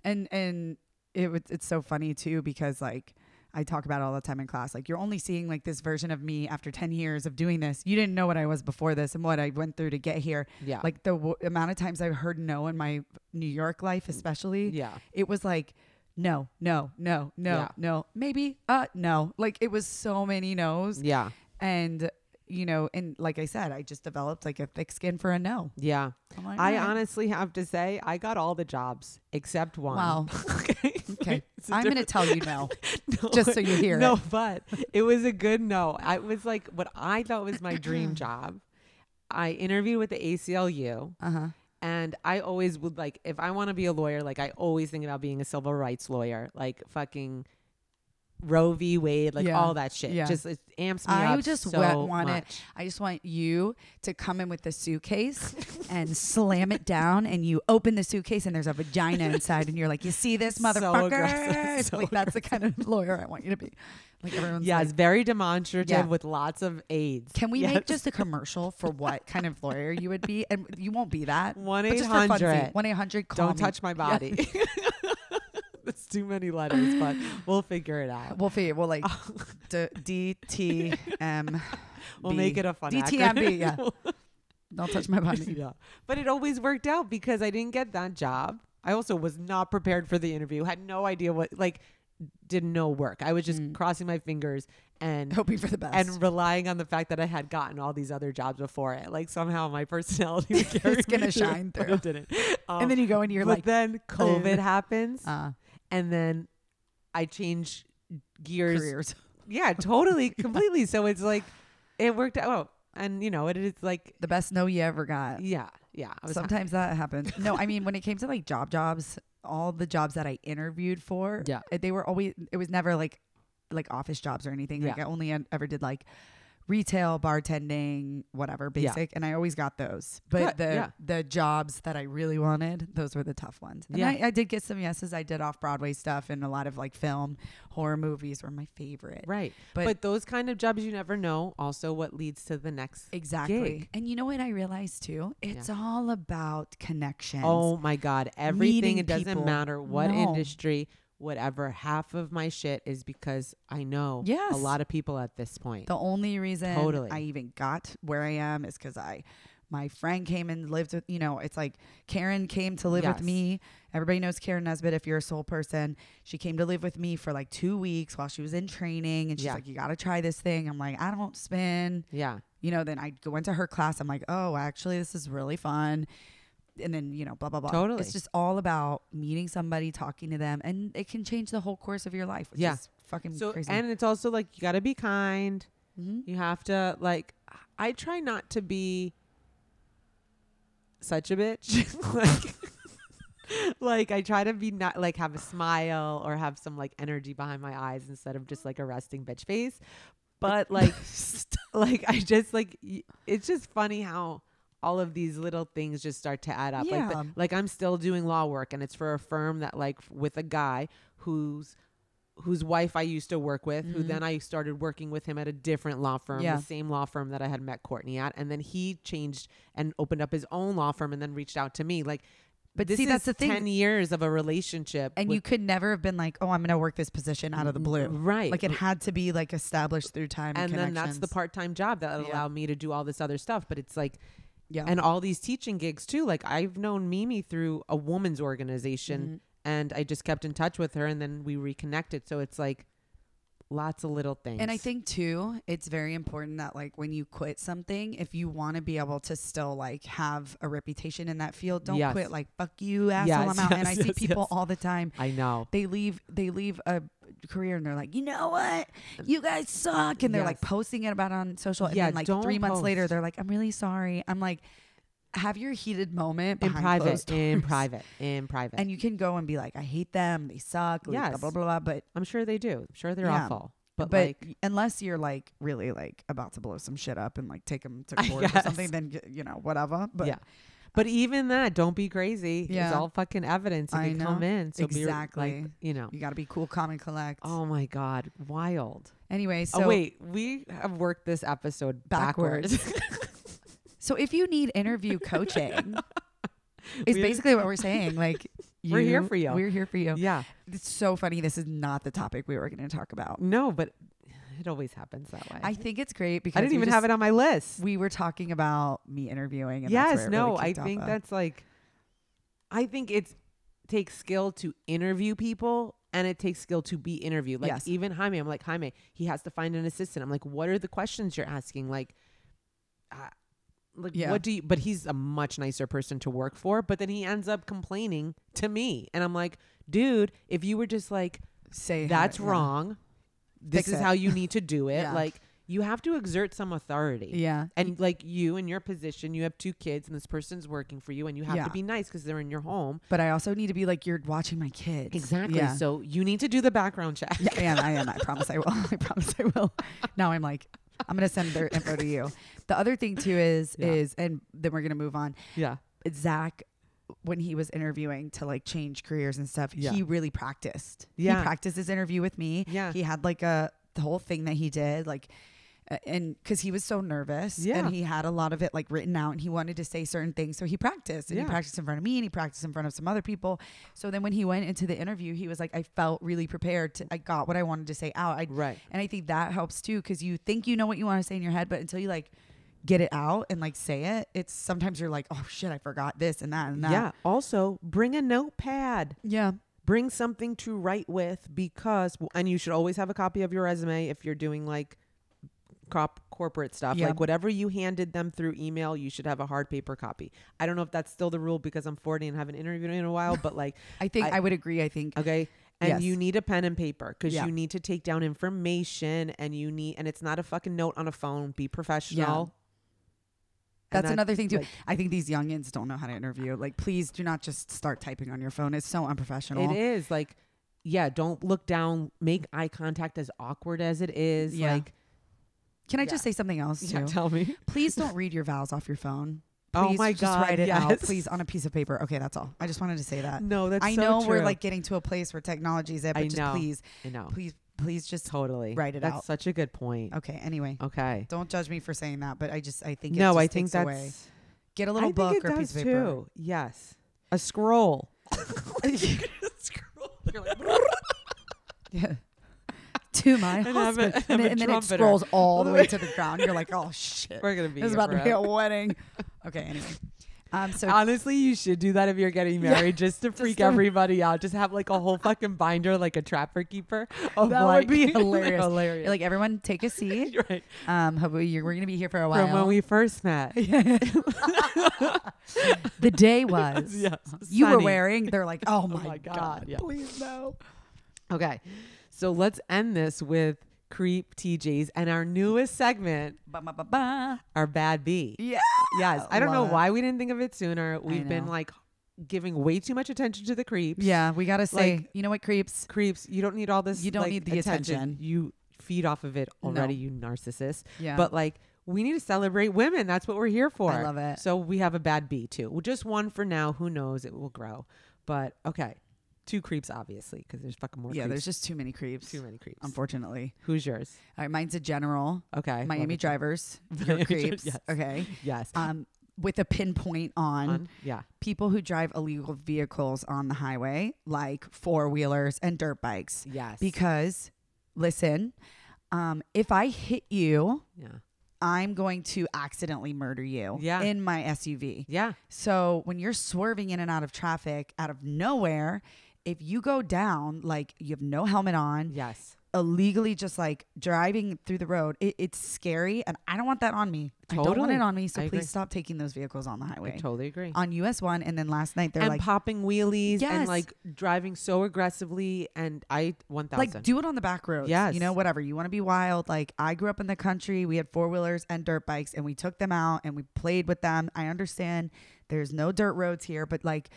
And and it was it's so funny too because like I talk about it all the time in class. Like you're only seeing like this version of me after 10 years of doing this. You didn't know what I was before this and what I went through to get here. Yeah. Like the w- amount of times I've heard no in my New York life, Mm. especially. yeah. it was like no no no no Yeah. no maybe uh no like it was so many no's Yeah. and you know and like i said i just developed like a thick skin for a no Yeah. I'm like, I all right. honestly have to say I got all the jobs except one. wow okay. okay It's a i'm gonna different- tell you no No. just so you hear no, it. but it was a good no. I it was like what I thought was my dream job. I interviewed with the ACLU. uh-huh And I always would like, if I want to be a lawyer, like I always think about being a civil rights lawyer, like fucking Roe v. Wade, like Yeah. all that shit. Yeah. Just it amps me I up. just so wa- want it. much. I just want you to come in with the suitcase and slam it down, and you open the suitcase, and there's a vagina inside, and you're like, "You see this So motherfucker?" aggressive, It's so like that's the kind of lawyer I want you to be. Like everyone's yeah, like, it's very demonstrative Yeah. with lots of aids. Can we Yes. make just a commercial for what kind of lawyer you would be? And you won't be that. 1-800. One eight hundred. Don't touch my body. That's too many letters, but we'll figure it out. We'll figure. We'll like D T M. We'll make it a fun DTMB, yeah. acronym. Don't touch my body. yeah. But it always worked out because I didn't get that job. I also was not prepared for the interview. Had no idea what like did no work. I was just Mm. crossing my fingers and Hoping for the best. and relying on the fact that I had gotten all these other jobs before it. Like somehow my personality was It's gonna shine but through. It didn't. Um, and then you go and you're but like, then COVID happens, uh, and then I change gears. careers. Yeah, totally, completely. So it's like it worked out, Oh, and you know it is like The best no you ever got. yeah, yeah. I was happy. Sometimes that happens. No, I mean when it came to like job jobs, all the jobs that I interviewed for, Yeah. uh, they were always. It was never like like office jobs or anything. Like Yeah. I only en- ever did like retail, bartending, whatever, Yeah. basic, and I always got those. But Good, the yeah. the jobs that I really wanted, those were the tough ones. And Yeah. I, I did get some yeses. I did off Broadway stuff and a lot of like film, horror movies were my favorite. Right. But- But, those kind of jobs, you never know also what leads to the next. Exactly. Gig. And you know what I realized too? It's all about connections. Oh my God. Everything. Meeting It doesn't people. matter what No. industry, whatever. Half of my shit is because I know Yes. a lot of people at this point. The only reason Totally. I even got where I am is because I, my friend came and lived with, you know, it's like Karen came to live with Yes. me. Everybody knows Karen Nesbitt if you're a soul person. She came to live with me for like two weeks while she was in training. And she's Yeah. like, you got to try this thing. I'm like, I don't spin. yeah. You know, then I go into her class. I'm like, oh, actually, this is really fun. And then, you know, blah, blah, blah. Totally. It's just all about meeting somebody, talking to them. And it can change the whole course of your life, which Yeah. is fucking So, crazy. and it's also like, you got to be kind. Mhm. You have to, like, I try not to be such a bitch. like, like I try to be not like have a smile or have some like energy behind my eyes instead of just like a resting bitch face. But like like I just like y- it's just funny how all of these little things just start to add up. Like Yeah. the, like I'm still doing law work and it's for a firm that like f- with a guy who's whose wife I used to work with, who then I started working with him at a different law firm, Mm-hmm. Yeah. the same law firm that I had met Courtney at, and then he changed and opened up his own law firm and then reached out to me. Like, But this see, that's the is thing. ten years of a relationship, and with- Mm-hmm. you could never have been like, oh, I'm going to work this position out of the blue. right? Like it had to be like established through time and, and then that's the connections. part-time job that Yeah. allowed me to do all this other stuff. But it's like Yeah. and all these teaching gigs too. Like I've known Mimi through a woman's organization Mm-hmm. and I just kept in touch with her and then we reconnected. So it's like lots of little things. Mm-hmm. and I think too, it's very important that like when you quit something, if you want to be able to still like have a reputation in that field, don't Yes. quit like fuck you asshole Yes, I'm out. and I yes, see yes, people yes. all the time. I know. They leave they leave a career and they're like, you know what? You guys suck. And they're like Yes. posting it about on social. And Yeah, then like don't three months later, post. they're like, I'm really sorry. I'm like, have your heated moment In behind closed private, in doors. private, in private. And you can go and be like, I hate them. They suck. Like, Yes. Blah, blah, blah, blah. But, I'm sure they do. I'm sure they're Yeah. awful. but, But, like unless you're like really like about to blow some shit up and like take them to court or Yes. something, then, y- you know, whatever. But yeah. But even that, don't be crazy. It's Yeah. all fucking evidence. It I could know. come in. So be, like, Exactly. you know. you got to be cool, calm, and collect. Oh my God. Wild. Anyway, so oh wait, we have worked this episode Backwards. backwards. so if you need interview coaching, it's We- basically what we're saying. Like, We're here for you. We're here for you. yeah. It's so funny. This is not the topic we were going to talk about. No, but it always happens that way. I think it's great because Mm. I didn't we even just- have it on my list. We were talking about me interviewing. And that's yes, where it no, really I kicked off think of. that's like I think it's takes skill to interview people and it takes skill to be interviewed. Like Yes. even Jaime, I'm like Jaime, he has to find an assistant. I'm like, what are the questions you're asking? Like, uh, like Yeah. what do you? But he's a much nicer person to work for. But then he ends up complaining to me, and I'm like, dude, if you were just like, say how that's it- yeah. wrong. This Fix is it. how you need to do it. Yeah. Like you have to exert some authority. Yeah. And like you in your position, you have two kids and this person's working for you and you have Yeah. to be nice because they're in your home. But I also need to be like, you're watching my kids. Yeah. So you need to do the background check. yeah, I am. I am. I promise I will. I promise I will. Now I'm like, I'm going to send their info to you. The other thing too is, Yeah. is, and then we're going to move on. Yeah. Zach, when he was interviewing to like change careers and stuff, Yeah. he really practiced. He Yeah. practiced his interview with me. Yeah. He had like a, the whole thing that he did, like, a- and because he was so nervous, Yeah. and he had a lot of it like written out, and he wanted to say certain things, so he practiced, and Yeah. he practiced in front of me, and he practiced in front of some other people. So then when he went into the interview, he was like, I felt really prepared. To, I got what I wanted to say out. I Right. and I think that helps too because you think you know what you want to say in your head, but until you like get it out and like say it, it's sometimes you're like, oh shit, I forgot this and that and that. Yeah. Also, bring a notepad. Yeah. Bring something to write with because, and you should always have a copy of your resume if you're doing like cop corporate stuff. Yeah. Like whatever you handed them through email, you should have a hard paper copy. I don't know if that's still the rule because I'm 40 and haven't interviewed in a while, but like, I think I- I, would agree. I think okay. And Yes. you need a pen and paper because Yeah. you need to take down information and you need, and it's not a fucking note on a phone. Be professional. that's another. another thing too. like- I think these youngins don't know how to interview. Like, please do not just start typing on your phone. It's so unprofessional. It is like, yeah, don't look down, make eye contact as awkward as it is. Yeah. Like, Can I Yeah. just say something else too? tell me. please don't read your vows off your phone. Oh Please my just God, write it out, yes. please, on a piece of paper. Okay, that's all. I just wanted to say that. No, that's I so know we're true. like getting to a place where technology's it, but I just know. please, I know. please, please, just Totally. write it that's out. such a good point. okay. Anyway, Okay. Don't judge me for saying that, but I just I think it No, just I think takes that's. away. Get a I little think book it or a does piece of paper. too. Yes. A scroll. Yeah. to my And have a- husband, have and, a then- and then it trumpeter. scrolls all the way to the ground. You're like, oh shit, We're gonna be. this is here about to be forever. a wedding. Okay, anyway, um, so Honestly, you should do that if you're getting Yeah. married, just to freak to- everybody out. Just have like a whole fucking binder, like a trapper keeper. Of That would like, be hilarious. hilarious. like everyone, take a seat. You're right. Um, hope we- you're, we're gonna be here for a while. From when we first met. the day was yes. you were Sunny. wearing. They're like, oh my, my God, god, yeah. please no. Okay. So let's end this with creep TJs and our newest segment, Ba, ba, ba, ba. our bad B. Yeah. Yes. I don't know Love it. why we didn't think of it sooner. We've been know. like giving way too much attention to the creeps. Yeah, we gotta say, Like- you know what, creeps. Creeps, you don't need all this. You don't like, need the attention. You feed off of it No. already, you narcissist. Yeah, But like we need to celebrate women. That's what we're here for. love it. So we have a bad B too. Well, just one for now. Who knows? It will grow. But okay. Two creeps, obviously, because there's fucking more yeah, creeps. there's just too many creeps. too many creeps. unfortunately. Who's yours? All right, mine's a general. Okay. Miami Drive. drivers, Miami your Dri- creeps. yes. Okay. Yes. Um, with a pinpoint on, On- yeah. people who drive illegal vehicles on the highway, like four wheelers and dirt bikes. Yes. Because, listen, um, if I hit you, yeah. I'm going to accidentally murder you Yeah. in my SUV. Yeah. So when you're swerving in and out of traffic out of nowhere, if you go down, like you have no helmet on, Yes. illegally just like driving through the road, it, it's scary. And I don't want that on me. I don't want Totally. it on me. So I please agree. stop taking those vehicles on the I highway. totally agree. On US 1. And then last night, they're and like, popping wheelies and Yes. like driving so aggressively and I one thousand. like do it on the back roads. Yes. You know, whatever. You want to be wild. Like I grew up in the country. We had four wheelers and dirt bikes and we took them out and we played with them. I understand there's no dirt roads here, but like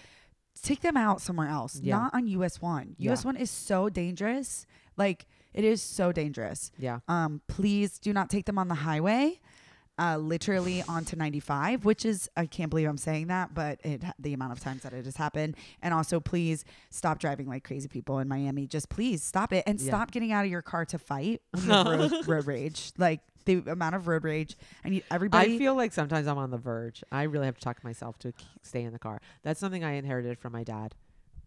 take them out somewhere else. Yeah. Not on US one. Yeah. US one is so dangerous. Like it is so dangerous. yeah. Um, please do not take them on the highway. Uh, literally onto 95, which is I can't believe I'm saying that, but it the amount of times that it has happened. And also, please stop driving like crazy people in Miami. Just please stop it and Yeah. stop getting out of your car to fight. when you have road, road rage, like the amount of road rage. I need everybody. I feel like sometimes I'm on the verge. I really have to talk myself to k- stay in the car. That's something I inherited from my dad.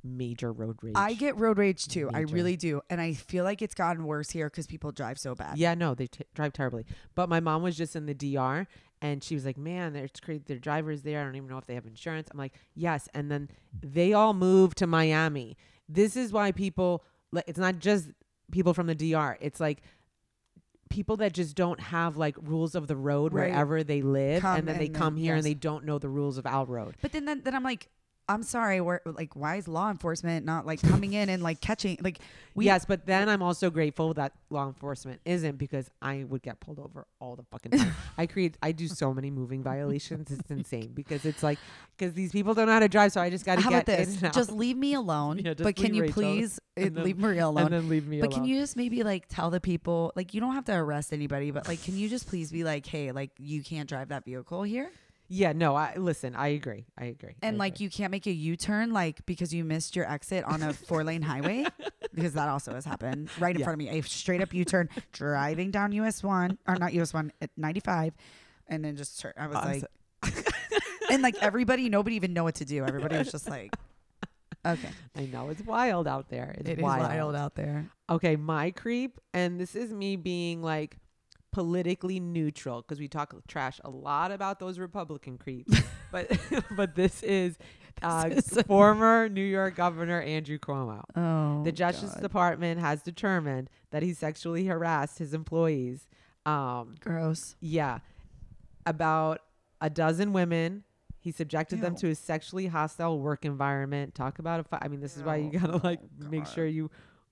Major road rage. I get road rage too. I Major. really do, and I feel like it's gotten worse here because people drive so bad. Yeah, no, they t- drive terribly. But my mom was just in the DR and she was like, man, there's crazy. Their drivers there. I don't even know if they have insurance. I'm like, yes. And then they all moved to Miami. This is why people, like, it's not just people from the DR. It's like people that just don't have like rules of the road Right. wherever they live. Come and then they and then- come here yes. and they don't know the rules of our road. But then, then, then I'm like, I'm sorry. Where like, why is law enforcement not like coming in and like catching? Like, we yes, but then I'm also grateful that law enforcement isn't because I would get pulled over all the fucking time. I create, I do so many moving violations. It's insane because it's like because these people don't know how to drive, so I just got to how get about this? in and out Just leave me alone. Yeah, just but can leave you Rachel please and uh, then- leave Maria alone? and then leave me but alone. can you just maybe like tell the people like you don't have to arrest anybody, but like can you just please be like, hey, like you can't drive that vehicle here, yeah, no, I listen. I agree. I agree. and like you can't make a U turn like because you missed your exit on a four lane highway. because that also has happened right in Yeah. front of me. A straight up U turn, driving down US one or not US one at ninety five, and then just turn. I was Awesome. like, and like everybody, nobody even know what to do. Everybody was just like, okay, I know it's wild out there. It's wild. out there. Okay, my creep, and this is me being like politically neutral because we talk trash a lot about those Republican creeps, but but this is uh, is a- former New York Governor Andrew Cuomo. Oh, the Justice God. Department has determined that he sexually harassed his employees. Um, gross. yeah, about a dozen women. He subjected them Ew. to a sexually hostile work environment. Talk about a fi- I mean, this is why you Ew. gotta like Oh, make God. sure you,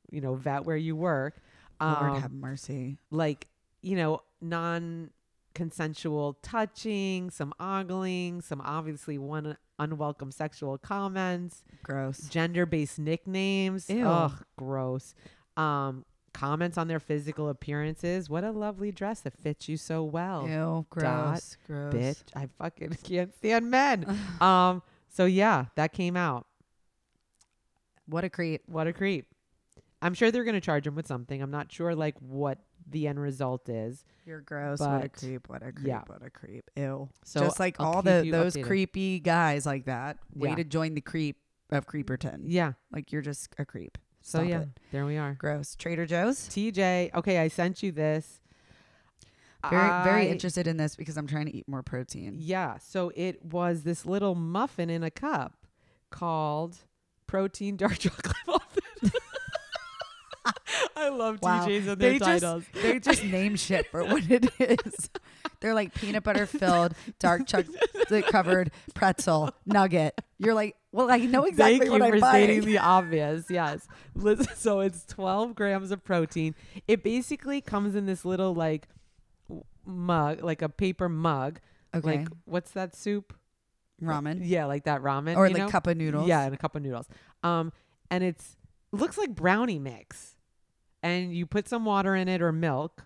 you know, vet where you work. Lord Um, have mercy. like you know, non-consensual touching, some ogling, some obviously one unwelcome sexual comments Gross. gender-based nicknames. Ew. Ugh, gross. Um, comments on their physical appearances. What a lovely dress that fits you so well, Ew, gross. Gross. bitch. I fucking can't stand men. um, so yeah, that came out. What a creep. What a creep. I'm sure they're gonna charge him with something. I'm not sure like what the end result is. You're gross. what a But, creep. What a creep. yeah. What a creep. Ew. So Just like I'll all keep the you those updated. creepy guys like that. Way Yeah. to join the creep of Creeperton. Yeah. Like you're just a creep. So Stop yeah, it. there we are. Gross. Trader Joe's. TJ. Okay, I sent you this. Very very I- interested in this because I'm trying to eat more protein. Yeah. So it was this little muffin in a cup called protein dark chocolate muffin. I love Wow. TJs and their They just- titles. They just name shit for what it is. They're like peanut butter filled, dark chocolate covered pretzel nugget. You're like, well, I know exactly Thank what you I'm for buying. stating the obvious. Yes. Listen, so it's 12 grams of protein. It basically comes in this little like w- mug, like a paper mug. okay, Like what's that soup? ramen Yeah, like that ramen. or you like know? cup of noodles. Yeah, and a cup of noodles. Um, and it's looks like brownie mix, and you put some water in it or milk,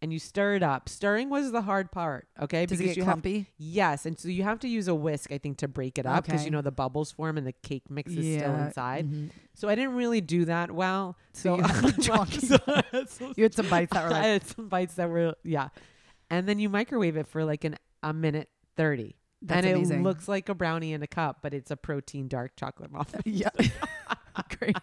and you stir it up. Stirring was the hard part. Okay, Does it get you have clumpy? yes, and so you have to use a whisk, I think, to break it up because Okay. you know the bubbles form and the cake mix is still inside. mhm. So I didn't really do that well. So you So, had to talk so- so- You had some bites that were I like, had some bites that were yeah, and then you microwave it for like an a minute thirty that's and amazing. it looks like a brownie in a cup, but it's a protein dark chocolate muffin. yeah, great.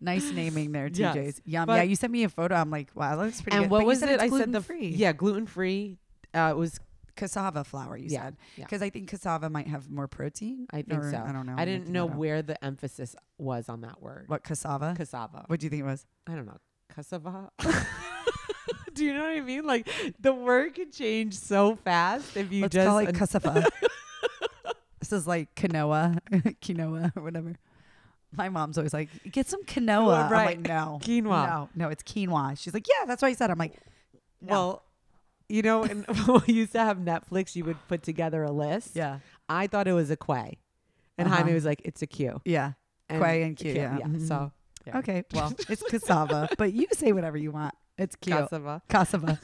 Nice naming there, Yes. TJ's. Yum. But- yeah, you sent me a photo. I'm like, wow, that looks pretty and good. what But you was said it? it's I said the gluten-free. yeah gluten free. Uh, it was cassava flour. You Yeah, said yeah. because I think cassava might have more protein. I think or- so. I don't know. I I'm didn't making know that up. where the emphasis was on that word. what cassava. Cassava. What do you think it was? I don't know. Cassava. Do you know what I mean? Like the word could change so fast if you Let's just call it un- cassava. this is like quinoa, quinoa or whatever. My mom's always like, get some quinoa. I'm right. like, no, Quinoa. No, no, it's quinoa. She's like, yeah, that's what I said. I'm like, no. well. You know, and when we used to have Netflix. You would put together a list. yeah, I thought it was a quay, and Uh-huh. Jaime was like, "It's a Q." yeah. And Quay and Q, yeah. Mhm. So yeah. Okay, well, it's cassava, but you say whatever you want. It's cute. Cassava. Cassava.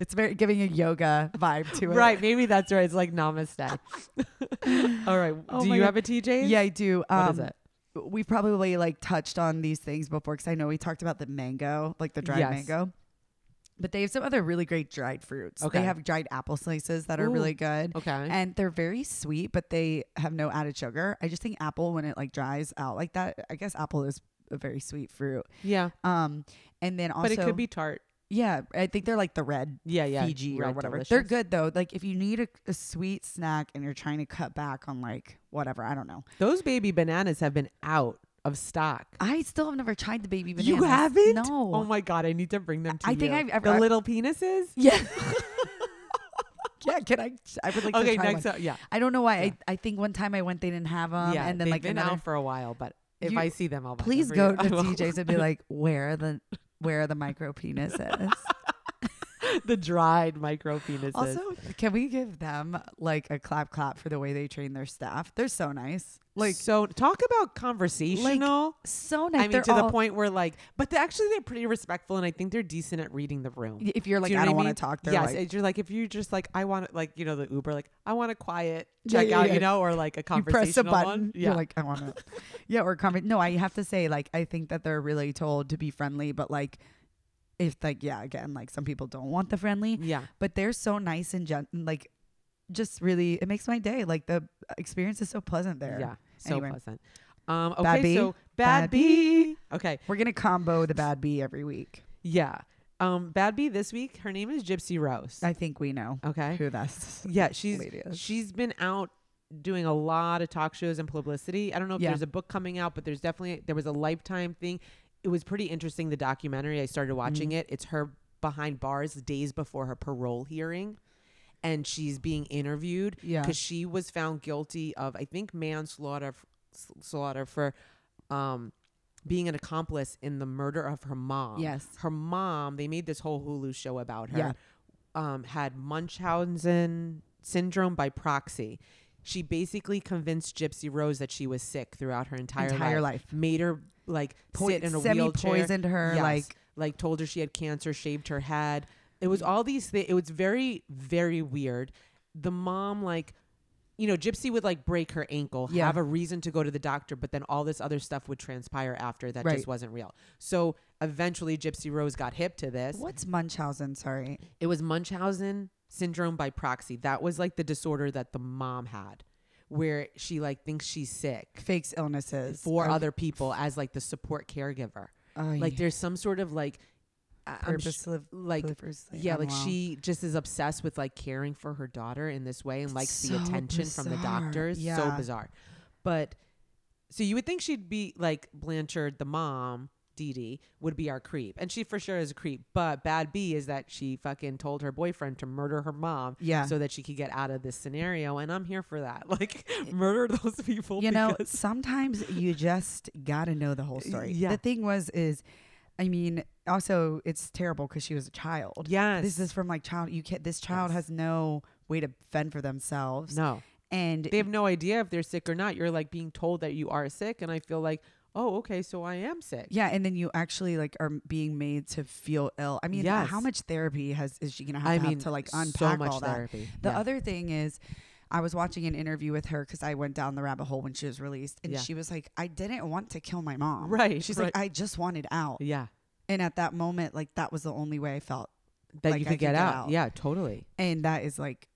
it's very giving a yoga vibe to it. Right, maybe that's right. It's like namaste. All right. Oh Do my you God. have a TJ? Yeah, I do. Um, What is it? We probably like touched on these things before because I know we talked about the mango, like the dried Yes. mango. But they have some other really great dried fruits. Okay. They have dried apple slices that are Ooh. really good. Okay. And they're very sweet, but they have no added sugar. I just think apple, when it like dries out like that, I guess apple is a very sweet fruit. yeah. Um, and then also, but it could be tart. yeah, I think they're like the red Yeah, yeah. Fiji or red whatever. delicious. They're good though. Like if you need a, a sweet snack and you're trying to cut back on like whatever, I don't know. Those baby bananas have been out of stock. I still have never tried the baby bananas. You haven't? No. Oh my god, I need to bring them to I you. think I've- I've- the I- little penises. yeah. yeah. Can I? I would like to okay, try next one. up. Yeah. I don't know why. Yeah. I, I think one time I went, they didn't have them, yeah. and then they've like been another. out for a while, but if You- I see them, I'll buy them please for go you. to I will. DJ's and be like, where are the where are the micro penises? the dried micro penises. Also, can we give them like a clap clap for the way they train their staff? They're so nice. Like so talk about conversational. so nice. I mean They're to the all- point where like but they actually they're pretty respectful and I think they're decent at reading the room. If you're like, Do you I know don't what want mean? to talk. They're yes, like, it's- you're like if you just like I want like you know the Uber like I want a quiet Yeah, check yeah, out yeah. you know or like a you conversational press a button. one. You're like, I want to. yeah, or comment. No, I have to say, like, I think that they're really told to be friendly, but like, if like, yeah, again, like some people don't want the friendly, yeah. but they're so nice and gent- like, just really, it makes my day. Like the experience is so pleasant there. Yeah. So Anyway. pleasant. Um okay, Bad B? so Bad, Bad B. Okay. We're gonna combo the bad bee every week. Yeah. Um Bad B this week, her name is Gypsy Rose. I think we know okay. who that's. Yeah, she's lady is. she's been out doing a lot of talk shows and publicity. I don't know if Yeah. there's a book coming out, but there's definitely there was a lifetime thing. It was pretty interesting the documentary. I started watching Mm. it. It's her behind bars days before her parole hearing and she's being interviewed Yeah. cuz she was found guilty of I think manslaughter f- slaughter for um being an accomplice in the murder of her mom. Yes. Her mom, they made this whole Hulu show about her Yeah. um, had Munchausen syndrome by proxy. She basically convinced Gypsy Rose that she was sick throughout her entire, Entire life. life. Made her like Po- sit in a wheelchair. semi-poisoned her, Yes. like- like told her she had cancer, shaved her head. It was all these things. It was very very weird. The mom like. You know, Gypsy would like break her ankle, Yeah. have a reason to go to the doctor, but then all this other stuff would transpire after that Right. just wasn't real. So eventually, Gypsy Rose got hip to this. What's Munchausen? Sorry. It was Munchausen syndrome by proxy. That was like the disorder that the mom had, where she like thinks she's sick Fakes illnesses Oh, for Okay. other people as like the support caregiver. Ay, Like there's some sort of like, I- I'm sh- purpose of like purposely yeah, like unwell. she just is obsessed with like caring for her daughter in this way and likes the So attention from the bizarre. doctors. So Yeah. bizarre. But so you would think she'd be like Blanchard, the mom, Dee Dee, would be our creep. And she for sure is a creep. But bad B is that she fucking told her boyfriend to murder her mom Yeah. so that she could get out of this scenario. And I'm here for that. Like murder those people. you know because- sometimes you just gotta know the whole story Yeah. the thing was is i mean also it's terrible because she was a child yes. this is from like child you can't this child Yes. has no way to fend for themselves no. and they have no idea if they're sick or not. You're like being told that you are sick, and I feel like, oh, okay, so I am sick. yeah and then you actually like are being made to feel ill i mean Yes. how much therapy has is she gonna have, I to, have mean, to like so unpack much all that therapy. The Yeah. other thing is, I was watching an interview with her because I went down the rabbit hole when she was released, and Yeah. she was like, "I didn't want to kill my mom." Right, She's right. like, "I just wanted out," yeah, and at that moment, like that was the only way I felt, that Like, you I could get, out. Yeah, totally. and that is like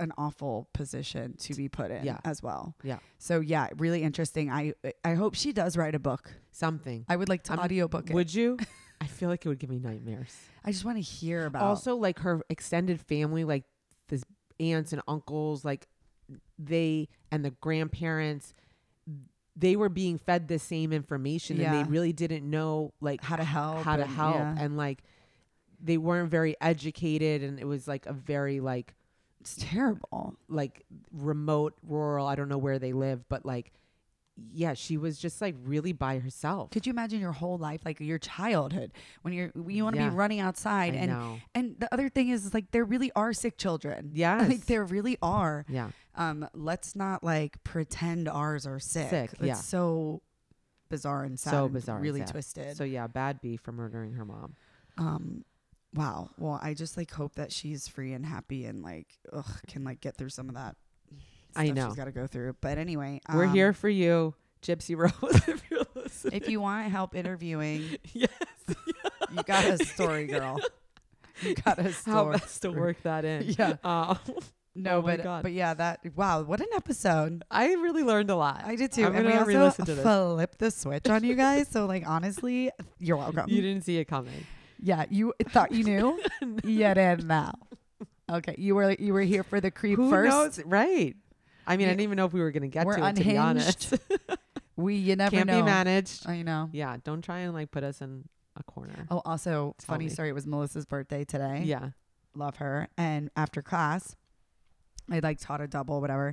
an awful position to be put in Yeah. as well. Yeah. So yeah, really interesting. I I hope she does write a book. Something. I would like to I'm- audiobook it. Would you? I feel like it would give me nightmares. I just want to hear about. Also, like her extended family, like this aunts and uncles, like they and the grandparents, they were being fed the same information, and Yeah. they really didn't know like how to help. how to and- help yeah. and like they weren't very educated and it was like a very like It's terrible. like remote rural i don't know where they live but like yeah she was just like really by herself Could you imagine your whole life, like your childhood, when you're you want to Yeah. be running outside I and know. and the other thing is, is like there really are sick children. Yes. like there really are. yeah Um, let's not like pretend ours are sick. Sick, It's yeah. so bizarre and sad. So and bizarre and Really sad. twisted. so yeah bad b for murdering her mom um, wow. Well, I just like hope that she's free and happy and like ugh, can like get through some of that. I stuff know. she's got to go through. But anyway, we're um, here for you gypsy rose if you're listening If you want help interviewing, yes you got a story, girl. You got a how story. best to work that in Yeah. uh, No, Oh my but God. but yeah, that wow, what an episode. i really learned a lot I did too. I'm and we gonna also re-listen to this. flip the switch on you guys. So like honestly, you're welcome. you didn't see it coming yeah, you thought you knew. you didn't know. Okay, you were you were here for the creep Who first. knows? Right. I mean, I You- didn't even know if we were going to get we're to it, to be honest. We you never Can't know. Uh-huh. be managed. I know. Yeah, don't try and like put us in a corner. Oh, also Tell funny me. story. It was Melissa's birthday today. Yeah. love her. And after class, I like taught a double, whatever.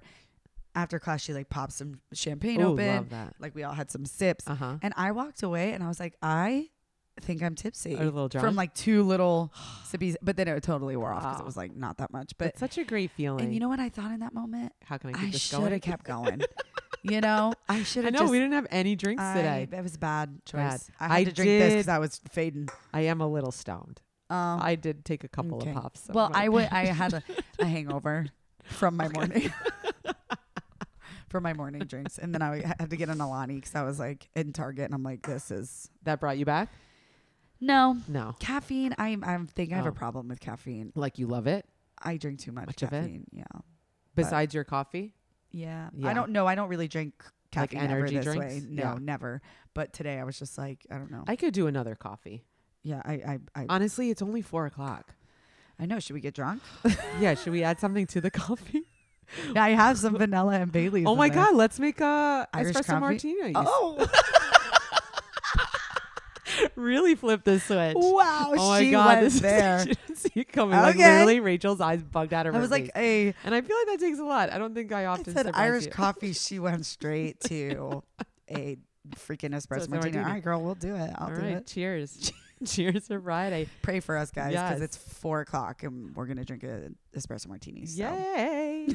After class, she like popped some champagne Ooh, open. love that. Like we all had some sips. Uh huh. And I walked away and I was like, I think I'm tipsy Or a little drunk. from like two little sippies, but then it totally wore off because it Wow. was like not that much. But It's such a great feeling. and you know what I thought in that moment? how can I keep I this should going? have kept going. you know, I should I have. know just, we didn't have any drinks I, today. It was a bad choice. Bad. I had I to drink this because did- I was fading. I am a little stoned. Um, I did take a couple okay. of pops. so well, I'm I like- would. I had a, a hangover from my morning. from my morning drinks, and then I had to get an Alani because I was like in Target, and I'm like, this is that brought you back. no No, caffeine. I'm. I'm think I have Oh. a problem with caffeine. like you love it. I drink too much, Much of it? caffeine. Yeah. Besides your coffee, Yeah. Yeah. I don't know. I don't really drink Like caffeine energy ever this way. drinks? No, Yeah. never. But today I was just like, I don't know. I could do another coffee. yeah, I I, I, Honestly, it's only four o'clock. I know. Should we get drunk? yeah, should we add something to the coffee? yeah, I have some vanilla and Bailey's. oh in my there. god, let's make a Irish espresso coffee? martini. Oh really flip the switch. wow. oh my she god, was this there. Is, she didn't see it coming. Like Okay. literally, Rachel's eyes bugged out of her. I was like, face. a. and I feel like that takes a lot. I don't think I I often said surprise Irish you. coffee. She went straight to a freaking espresso martini. Espresso martini. All right, girl, we'll do it. I'll All do right, it. cheers. cheers for Friday. Pray for us guys because Yes. it's four o'clock and we're gonna drink an espresso martini. So. Yay.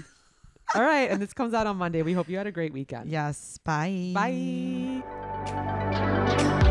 All right, and this comes out on Monday. We hope you had a great weekend. Yes. Bye. Bye.